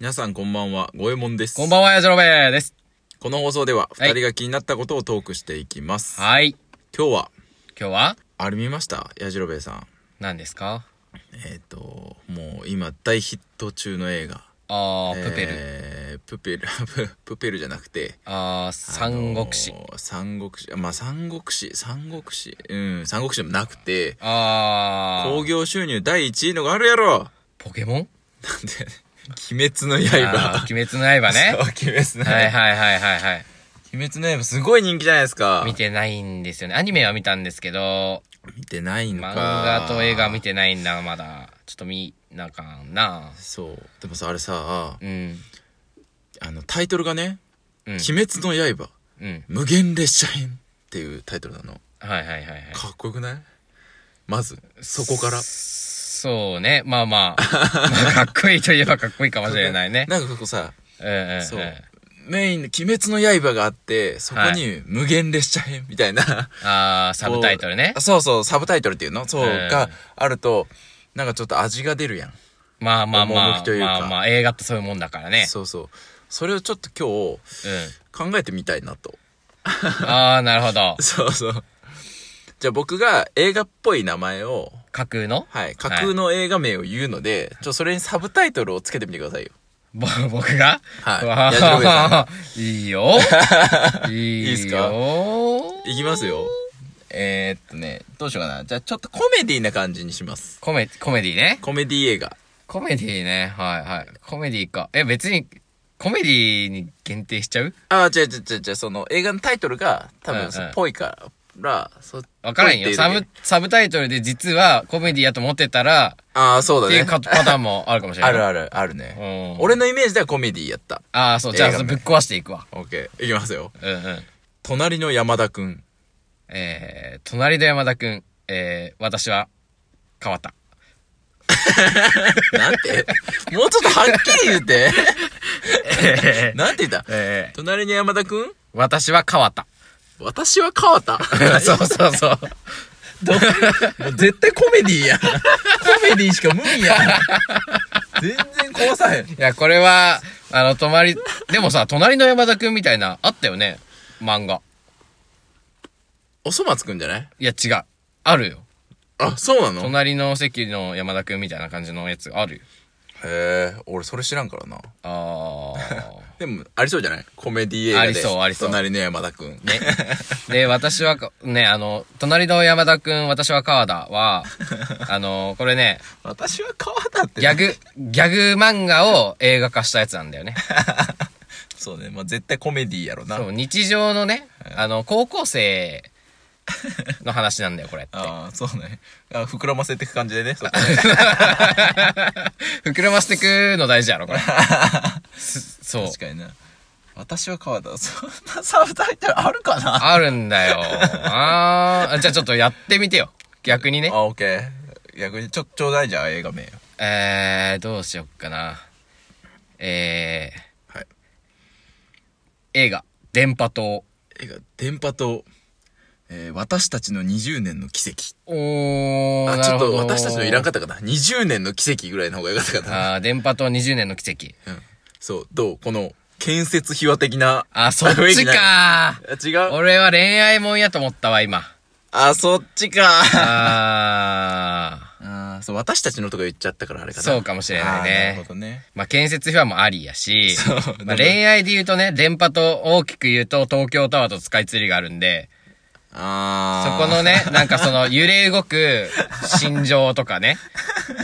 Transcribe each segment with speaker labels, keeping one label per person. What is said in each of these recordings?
Speaker 1: 皆さんこんばんは、ごえもんです。
Speaker 2: こんばんは、やじろべーです。
Speaker 1: この放送では、
Speaker 2: は
Speaker 1: 二
Speaker 2: い
Speaker 1: 人が気になったことをトークしていきます。
Speaker 2: はい。
Speaker 1: 今日は、
Speaker 2: 今日は、
Speaker 1: あれ見ましたやじろべえさん。
Speaker 2: 何ですか
Speaker 1: えっ、と、もう今大ヒット中の映画。
Speaker 2: あー、プペル。
Speaker 1: えープペル、 ププペルじゃなくて、
Speaker 2: あー、三国志
Speaker 1: あ。のー三国志、まあ三国志、三国志、うん、三国志でもなくて、
Speaker 2: あ
Speaker 1: 興
Speaker 2: ー、
Speaker 1: 行収入第1位のがあるやろなんで、
Speaker 2: ポケモン
Speaker 1: 鬼滅の
Speaker 2: あ
Speaker 1: 刃。
Speaker 2: ー、鬼滅の刃ね
Speaker 1: そう。鬼滅の刃。
Speaker 2: はいはいはいはいはい。
Speaker 1: 鬼滅の刃すごい人気じゃないですか。
Speaker 2: 見てないんですよね。アニメは見たんですけど、
Speaker 1: 見てないのか
Speaker 2: 漫画と映画見てないんだ、まだ。ちょっと見なあかんな。
Speaker 1: そうでもさあれさ
Speaker 2: うん。
Speaker 1: あのタイトルがね「
Speaker 2: うん。
Speaker 1: 鬼滅の刃
Speaker 2: うん。
Speaker 1: 無限列車編」っていうタイトルなの
Speaker 2: はいはいはいはい。
Speaker 1: かっこよくないまずそこから
Speaker 2: そうね。まあ まあ。まあかっこいいといえばかっこいいかもしれないね。
Speaker 1: なんかここさ
Speaker 2: うんうんう ん。
Speaker 1: そうメインの「鬼滅の刃」があってそこに「無限列車編」みたいな、
Speaker 2: あー、サブタイトルね
Speaker 1: こう。そうそうサブタイトルっていうのそう、
Speaker 2: うん
Speaker 1: があるとなんかちょっと味が出るやん、
Speaker 2: まあまあま
Speaker 1: 趣
Speaker 2: あ、
Speaker 1: というか
Speaker 2: まあまあ、映画ってそういうもんだからね。
Speaker 1: そうそうそれをちょっと今日
Speaker 2: う
Speaker 1: 考えてみたいなと
Speaker 2: ん。あ あ、なるほど。
Speaker 1: そうそうじゃあ僕が映画っぽい名前を
Speaker 2: 架空の
Speaker 1: はい。架空の映画名を言うので、ちょ、それにサブタイトルをつけてみてくださいよ。
Speaker 2: ぼ 僕が
Speaker 1: はい
Speaker 2: わ
Speaker 1: やじろべえさ
Speaker 2: ー いいよ。いい よ。
Speaker 1: いいっすかいきますよ。えー、っとね、どうしようかな。じゃあ、ちょっとコメディな感じにします。
Speaker 2: コメ、コメディね。
Speaker 1: コメディ映画。
Speaker 2: コメディね。はいはい。コメディか。え、別に、コメディに限定しちゃう
Speaker 1: あー、違う違う違う違う、その映画のタイトルが多
Speaker 2: うんう
Speaker 1: 分、
Speaker 2: ん
Speaker 1: そうぽいから、そ
Speaker 2: わからんよ。サブ、サブタイトルで実はコメディやと思ってたら、
Speaker 1: ああ、そうだ
Speaker 2: ってい
Speaker 1: ね
Speaker 2: う。かパターンもあるかもしれない。
Speaker 1: ある
Speaker 2: ある。
Speaker 1: ある、あるね。
Speaker 2: うん
Speaker 1: 俺のイメージではコメディやった。
Speaker 2: ああ、そう。じゃ
Speaker 1: 映
Speaker 2: あ、
Speaker 1: 画
Speaker 2: そ
Speaker 1: ね
Speaker 2: れぶっ壊していくわ。
Speaker 1: オッケー。いきますよ。
Speaker 2: うんうん。
Speaker 1: 隣の山田くん。
Speaker 2: えー、隣の山田くん、えー、私は変わった。
Speaker 1: なんて もうちょっとはっきり言 って。なんて言った
Speaker 2: えー、
Speaker 1: 隣の山田くん
Speaker 2: 私は変わった。
Speaker 1: 私は川田。
Speaker 2: そうそうそう。
Speaker 1: もう絶対コメディやん。コメディしか無理やん。全然壊さへん。
Speaker 2: いや、これは、あの、隣、でもさ、隣の山田くんみたいな、あったよね漫画。
Speaker 1: おそ松くんじゃない
Speaker 2: いや、違う。あるよ。
Speaker 1: あ、そうなのへ
Speaker 2: 隣の席の山田くんみたいな感じのやつあるよ。
Speaker 1: え、俺それ知らんからな。
Speaker 2: あ
Speaker 1: でも、ありそうじゃないコメディ映画で。
Speaker 2: ありそうありそう
Speaker 1: 隣の山田くん。ね。
Speaker 2: ー。で、私は、ね、あの、隣の山田くん、私は川田は、あの、これね、
Speaker 1: 私は川田って
Speaker 2: ギ
Speaker 1: ね、
Speaker 2: ャグ、ギャグ漫画を映画化したやつなんだよね。
Speaker 1: そうね。まあ、絶対コメディやろな。
Speaker 2: そう、日常のね、あの、高校生の話なんだよ、これっ て。
Speaker 1: ああ、そうね。あ膨らませていく感じでね。そこ
Speaker 2: 膨らませてくの大事やろ、これ。 すそう。
Speaker 1: 確かにな。私は川田。そんなサブタイトルあるかな
Speaker 2: あるんだよ。あーじゃあちょっとやってみてよ。逆にね。
Speaker 1: あ、オッケー。逆に、ちょ、ちょうだいじゃあ映画名よ。
Speaker 2: えー、どうしよっかな。え
Speaker 1: はい。
Speaker 2: ー、映画、電波塔。
Speaker 1: 映画「電波塔」えー私たちの20年の奇跡」
Speaker 2: おー、
Speaker 1: あち
Speaker 2: な
Speaker 1: ょっ
Speaker 2: るほ
Speaker 1: と
Speaker 2: ど
Speaker 1: 私たちのいらんかったかな20年の奇跡ぐらいの方がよかったかな、
Speaker 2: あー電波塔20年の奇跡。
Speaker 1: うん、そうどうこの建設秘話的な
Speaker 2: あ、そっ
Speaker 1: 雰囲
Speaker 2: ち
Speaker 1: 気ない
Speaker 2: か
Speaker 1: あ違う
Speaker 2: 俺は恋愛もんやと思ったわ、今。
Speaker 1: あそっちか
Speaker 2: あー。
Speaker 1: あーそう私たちのとか言っちゃったからあれかな
Speaker 2: そうかもしれない
Speaker 1: あ
Speaker 2: ね
Speaker 1: ーなるほどね
Speaker 2: まあ、建設秘話もありやし
Speaker 1: そう、
Speaker 2: まあ、恋愛で言うとね、電波と大きく言うと東京タワーとスカイツリーがあるんで、そ
Speaker 1: ああ
Speaker 2: このね、なん かその揺れ動く心情とかね、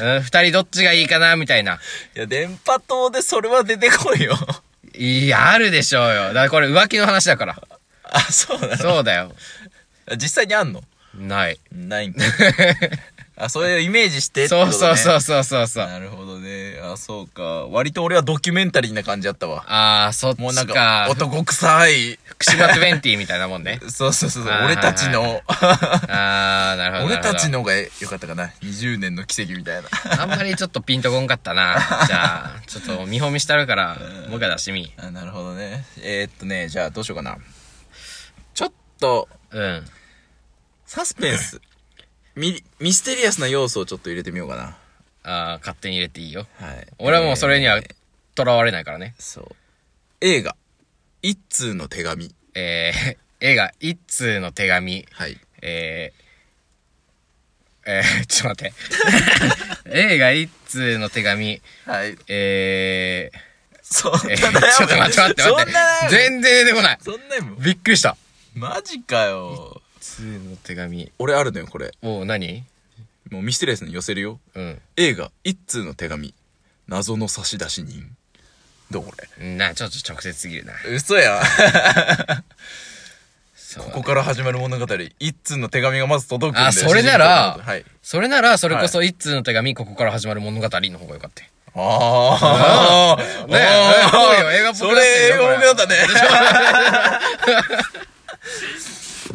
Speaker 2: うん、二人どっちがいいかな、みたいな。
Speaker 1: いや電波塔でそれは出てこいよ
Speaker 2: いや、あるでしょうよ。だからこれ浮気の話だから。
Speaker 1: あそうなの
Speaker 2: そうだよ。
Speaker 1: 実際にあんの
Speaker 2: ない。
Speaker 1: ないん かあそれをイメージしてってこ
Speaker 2: そ
Speaker 1: と
Speaker 2: う
Speaker 1: ね
Speaker 2: そうそうそうそうそう。
Speaker 1: なるほどね。あ、そうか。割と俺はドキュメンタリーな感じだったわ。
Speaker 2: あー、そっ
Speaker 1: もうな
Speaker 2: ち
Speaker 1: んか
Speaker 2: か、。
Speaker 1: 男臭い。。
Speaker 2: 福島20みたいなもんね
Speaker 1: そうそうそうそう。
Speaker 2: あー
Speaker 1: 俺たち
Speaker 2: はい
Speaker 1: の、
Speaker 2: あー、なるほど。
Speaker 1: 俺
Speaker 2: なるほ
Speaker 1: た
Speaker 2: ど
Speaker 1: ちの方が良かったかな。20年の奇跡みたいな。
Speaker 2: あんまりちょっとピンとこんかった な。じゃあ、ちょっと見本見したるから、もう一回出してみ。
Speaker 1: あなるほどね。えー、っとね、じゃあどうしようかな。ちょっと、
Speaker 2: うん。
Speaker 1: サスペンス。ミミステリアスな要素をちょっと入れてみようかな。
Speaker 2: ああ、勝手に入れていいよ。
Speaker 1: はい。
Speaker 2: 俺はもうそれには
Speaker 1: えー
Speaker 2: とらわれないからね。
Speaker 1: そう。映画、一通の手紙。
Speaker 2: えー、 映画、一通の手紙。
Speaker 1: はい。
Speaker 2: えー、えー、ちょっと待って。 映画、一通の手紙。
Speaker 1: はい。
Speaker 2: え
Speaker 1: そんな
Speaker 2: ー、
Speaker 1: 悩
Speaker 2: え
Speaker 1: む
Speaker 2: ー、ちょっと待って待って
Speaker 1: そんな
Speaker 2: 待って。
Speaker 1: 悩む
Speaker 2: 全然出てこない。
Speaker 1: そんな悩む
Speaker 2: びっくりした。
Speaker 1: マジかよ。
Speaker 2: 一通の手紙。
Speaker 1: 俺あるのよ、これ。
Speaker 2: おう、何
Speaker 1: もうミステリアスに寄せるよ。
Speaker 2: うん。
Speaker 1: 映画、一通の手紙。謎の差出人。どうこ
Speaker 2: な、ちょっと直接すぎるな。
Speaker 1: れ嘘 やん。
Speaker 2: そう
Speaker 1: ここから始まる物語、一通の手紙がまず届くんで。
Speaker 2: あ、それなら、
Speaker 1: はい。
Speaker 2: それなら、それこそ一通の手紙、ここから始まる物語の方がよかったよ。
Speaker 1: ああ。
Speaker 2: ねえ
Speaker 1: あー
Speaker 2: ぽいよ映画っぽくなっ
Speaker 1: それ、
Speaker 2: てるよ
Speaker 1: 映画っぽくなったね
Speaker 2: これ。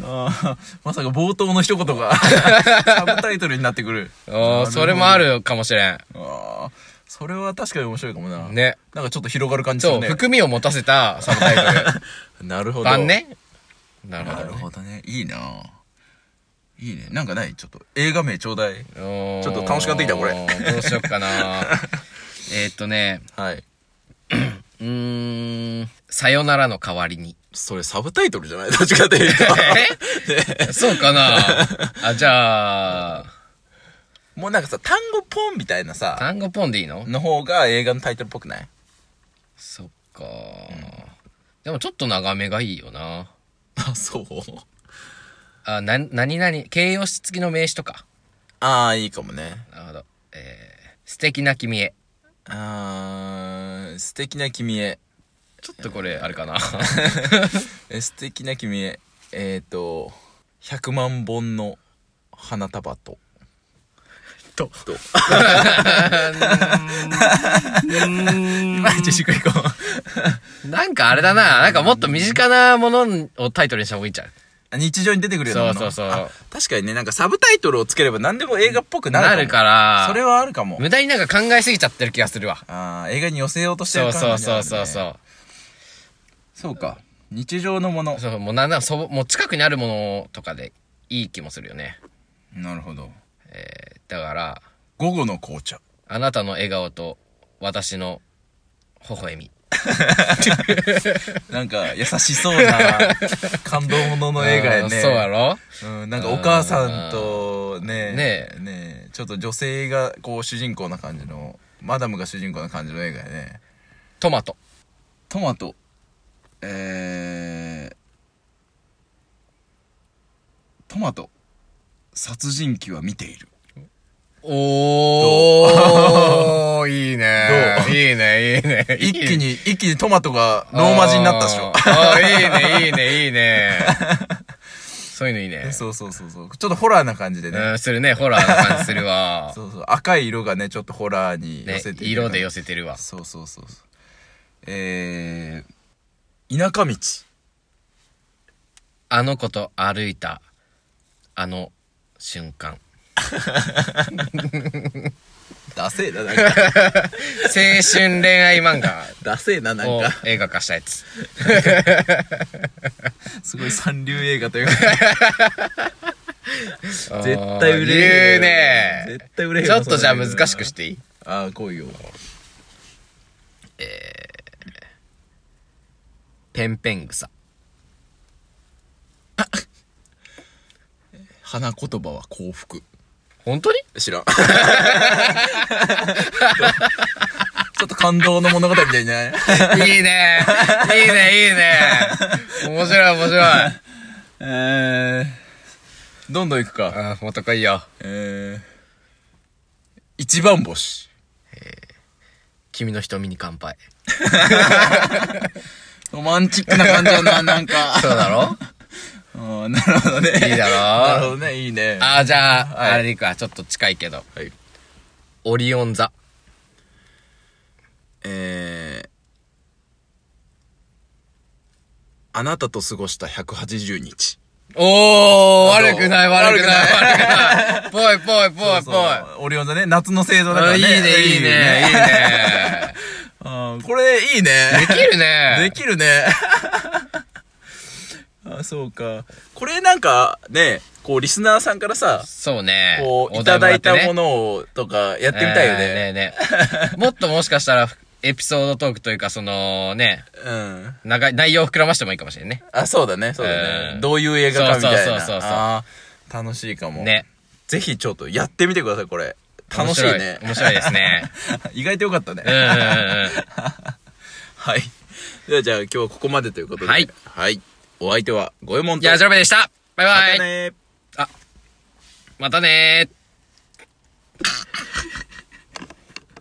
Speaker 1: あーまさか冒頭の一言が、 サブタイトルになってくる。
Speaker 2: おーそれもあるかもしれん。
Speaker 1: ああ。それは確かに面白いかもな。
Speaker 2: ね。
Speaker 1: なんかちょっと広がる感じす
Speaker 2: そ
Speaker 1: る
Speaker 2: う、
Speaker 1: ね。
Speaker 2: 含みを持たせたサブタイト ル。
Speaker 1: なるほど。
Speaker 2: 版。ね。なる
Speaker 1: な
Speaker 2: ほ
Speaker 1: る
Speaker 2: どね。
Speaker 1: ほどね。いいないいね。なんかないちょっと映画名ちょうだい。ち
Speaker 2: ち
Speaker 1: ょっと楽しくなってきたこれ
Speaker 2: どうしよっ かな。えーっとね、
Speaker 1: はい。
Speaker 2: うーん、さよならの代わり に。
Speaker 1: それサブタイトルじゃない どっちかというと。
Speaker 2: えそう かなあ、じゃあ、
Speaker 1: もうなんかさ、単語ポンみたいなさ、
Speaker 2: 単語ポンでいいの
Speaker 1: の方が映画のタイトルっぽくない
Speaker 2: そっか、でもちょっと長めがいいよな。
Speaker 1: あ、そう
Speaker 2: あ、な、何々、形容詞付きの名詞とか。
Speaker 1: ああ、いいかもね。
Speaker 2: なるほど。えー、素敵な君へ。
Speaker 1: あー、素敵な君へ。
Speaker 2: ちょっとこれ、あれかな。
Speaker 1: え素敵な君へ。えっ、ー、と、100万本の花束と。と。 と。マジしっくりこ
Speaker 2: なんかあれだな。なんかもっと身近なものをタイトルにした方がいいんちゃう
Speaker 1: う。日常に出てくるようなもの。
Speaker 2: そうそうそう
Speaker 1: あ確かにね、なんかサブタイトルをつければ何でも映画っぽくな
Speaker 2: な
Speaker 1: る
Speaker 2: る
Speaker 1: ら。
Speaker 2: から、
Speaker 1: それはあるかも。
Speaker 2: 無駄になんか考えすぎちゃってる気がするわ。
Speaker 1: ああ、映画に寄せようとして
Speaker 2: そ
Speaker 1: る
Speaker 2: う
Speaker 1: 感
Speaker 2: そうそうそう
Speaker 1: う。
Speaker 2: そ
Speaker 1: そうか。日常のもの
Speaker 2: う。。そう、もうなんならそう、もう近くにあるものとかでいい気もするよね。
Speaker 1: なるほど。
Speaker 2: えー、だから、
Speaker 1: 午後の紅茶。
Speaker 2: あなたの笑顔と私の微笑み。
Speaker 1: なんか、優しそう な、感動ものの映画や
Speaker 2: うん
Speaker 1: ね。
Speaker 2: そうやろ
Speaker 1: うん、なんかお母さんとね、
Speaker 2: ね
Speaker 1: ねねちょっと女性がこう主人公な感じの、マダムが主人公な感じの映画やね。
Speaker 2: トマト。
Speaker 1: トマト、えー、トマト、殺人鬼は見ている。
Speaker 2: おー、いいね。
Speaker 1: どう
Speaker 2: いいね、いいね。
Speaker 1: 一気に、一気にトマトがローマ字になったでしょ。
Speaker 2: あ。ーあー、いいね、いいね、いいね。そういうのいいね
Speaker 1: そうそうそうそう。ちょっとホラーな感じでね。
Speaker 2: うん、するね、ホラーな感じするわ。
Speaker 1: そうそう。赤い色がね、ちょっとホラーに寄
Speaker 2: ね
Speaker 1: せ、てる
Speaker 2: 色で寄せてるわ。
Speaker 1: そうそうそうそう。えー、田舎道。
Speaker 2: あの子と歩いた、あの瞬間。
Speaker 1: ダセえな、なんか。
Speaker 2: 青春恋愛漫画
Speaker 1: ダセえ な、なん
Speaker 2: を
Speaker 1: か。
Speaker 2: 映画化したやつ。
Speaker 1: すごい三流映画という か。
Speaker 2: 絶
Speaker 1: 絶対売れ
Speaker 2: 言うね。
Speaker 1: 絶対売れ
Speaker 2: ちょっとじゃあ難しくしていい
Speaker 1: ああ、来いよ。
Speaker 2: ペンペン草。
Speaker 1: 花言葉は幸福。
Speaker 2: 本当に
Speaker 1: 知 らん。ちょっと感動の物語みたいじゃない
Speaker 2: いいね。いいね、いいね。面白い、面白い。
Speaker 1: えー、どんどん行くか。
Speaker 2: あー、もっと来いよ。
Speaker 1: えー、一番星。
Speaker 2: 君の瞳に乾杯。
Speaker 1: ロマンチックな感じだな、なんか。
Speaker 2: そうだろ
Speaker 1: うんなるほどね。
Speaker 2: いいだろ
Speaker 1: な るほどね、いいね。
Speaker 2: あー、じゃあ、
Speaker 1: はい
Speaker 2: あれでいくわ。ちょっと近いけど。
Speaker 1: はい。
Speaker 2: オリオン座。
Speaker 1: えー、あなたと過ごした180日。
Speaker 2: おー、
Speaker 1: あどう
Speaker 2: 悪くない、悪くない、悪くない。ぽ いぽいぽい
Speaker 1: そ
Speaker 2: ぽ
Speaker 1: う
Speaker 2: い。あ
Speaker 1: オリオン座ね、夏の製造だからね。
Speaker 2: いいね、いいね、いいね。
Speaker 1: うんこれ、いいね。
Speaker 2: できるね。
Speaker 1: できるね。 あ、そうか。これなんか、ね、こう、リスナーさんからさ、
Speaker 2: そうね。
Speaker 1: こう、
Speaker 2: お
Speaker 1: いた
Speaker 2: 題
Speaker 1: だ
Speaker 2: もらっ
Speaker 1: い
Speaker 2: て
Speaker 1: た
Speaker 2: ね
Speaker 1: ものを、とか、やってみたいよ
Speaker 2: えー
Speaker 1: ね。
Speaker 2: ねえねえもっともしかしたら、エピソードトークというか、そのね、
Speaker 1: うん。
Speaker 2: 長い、内容を膨らましてもいいかもしれんね。
Speaker 1: あ、そうだね、そうだね。
Speaker 2: うん
Speaker 1: どういう映画かみたいな。
Speaker 2: そうそうそうそう
Speaker 1: あー楽しいかも。。
Speaker 2: ね。
Speaker 1: ぜひちょっとやってみてください、これ。楽しいね。
Speaker 2: 面白い面白いですね。
Speaker 1: 意外とよかったね。
Speaker 2: うんうんうんうん。
Speaker 1: はい。ではじゃあ今日はここまでということで。
Speaker 2: はい。
Speaker 1: はい。お相手は、ごえもんと。
Speaker 2: じゃあ、ジョロベでした。バ
Speaker 1: ま
Speaker 2: イバイ。
Speaker 1: たねー
Speaker 2: またねー。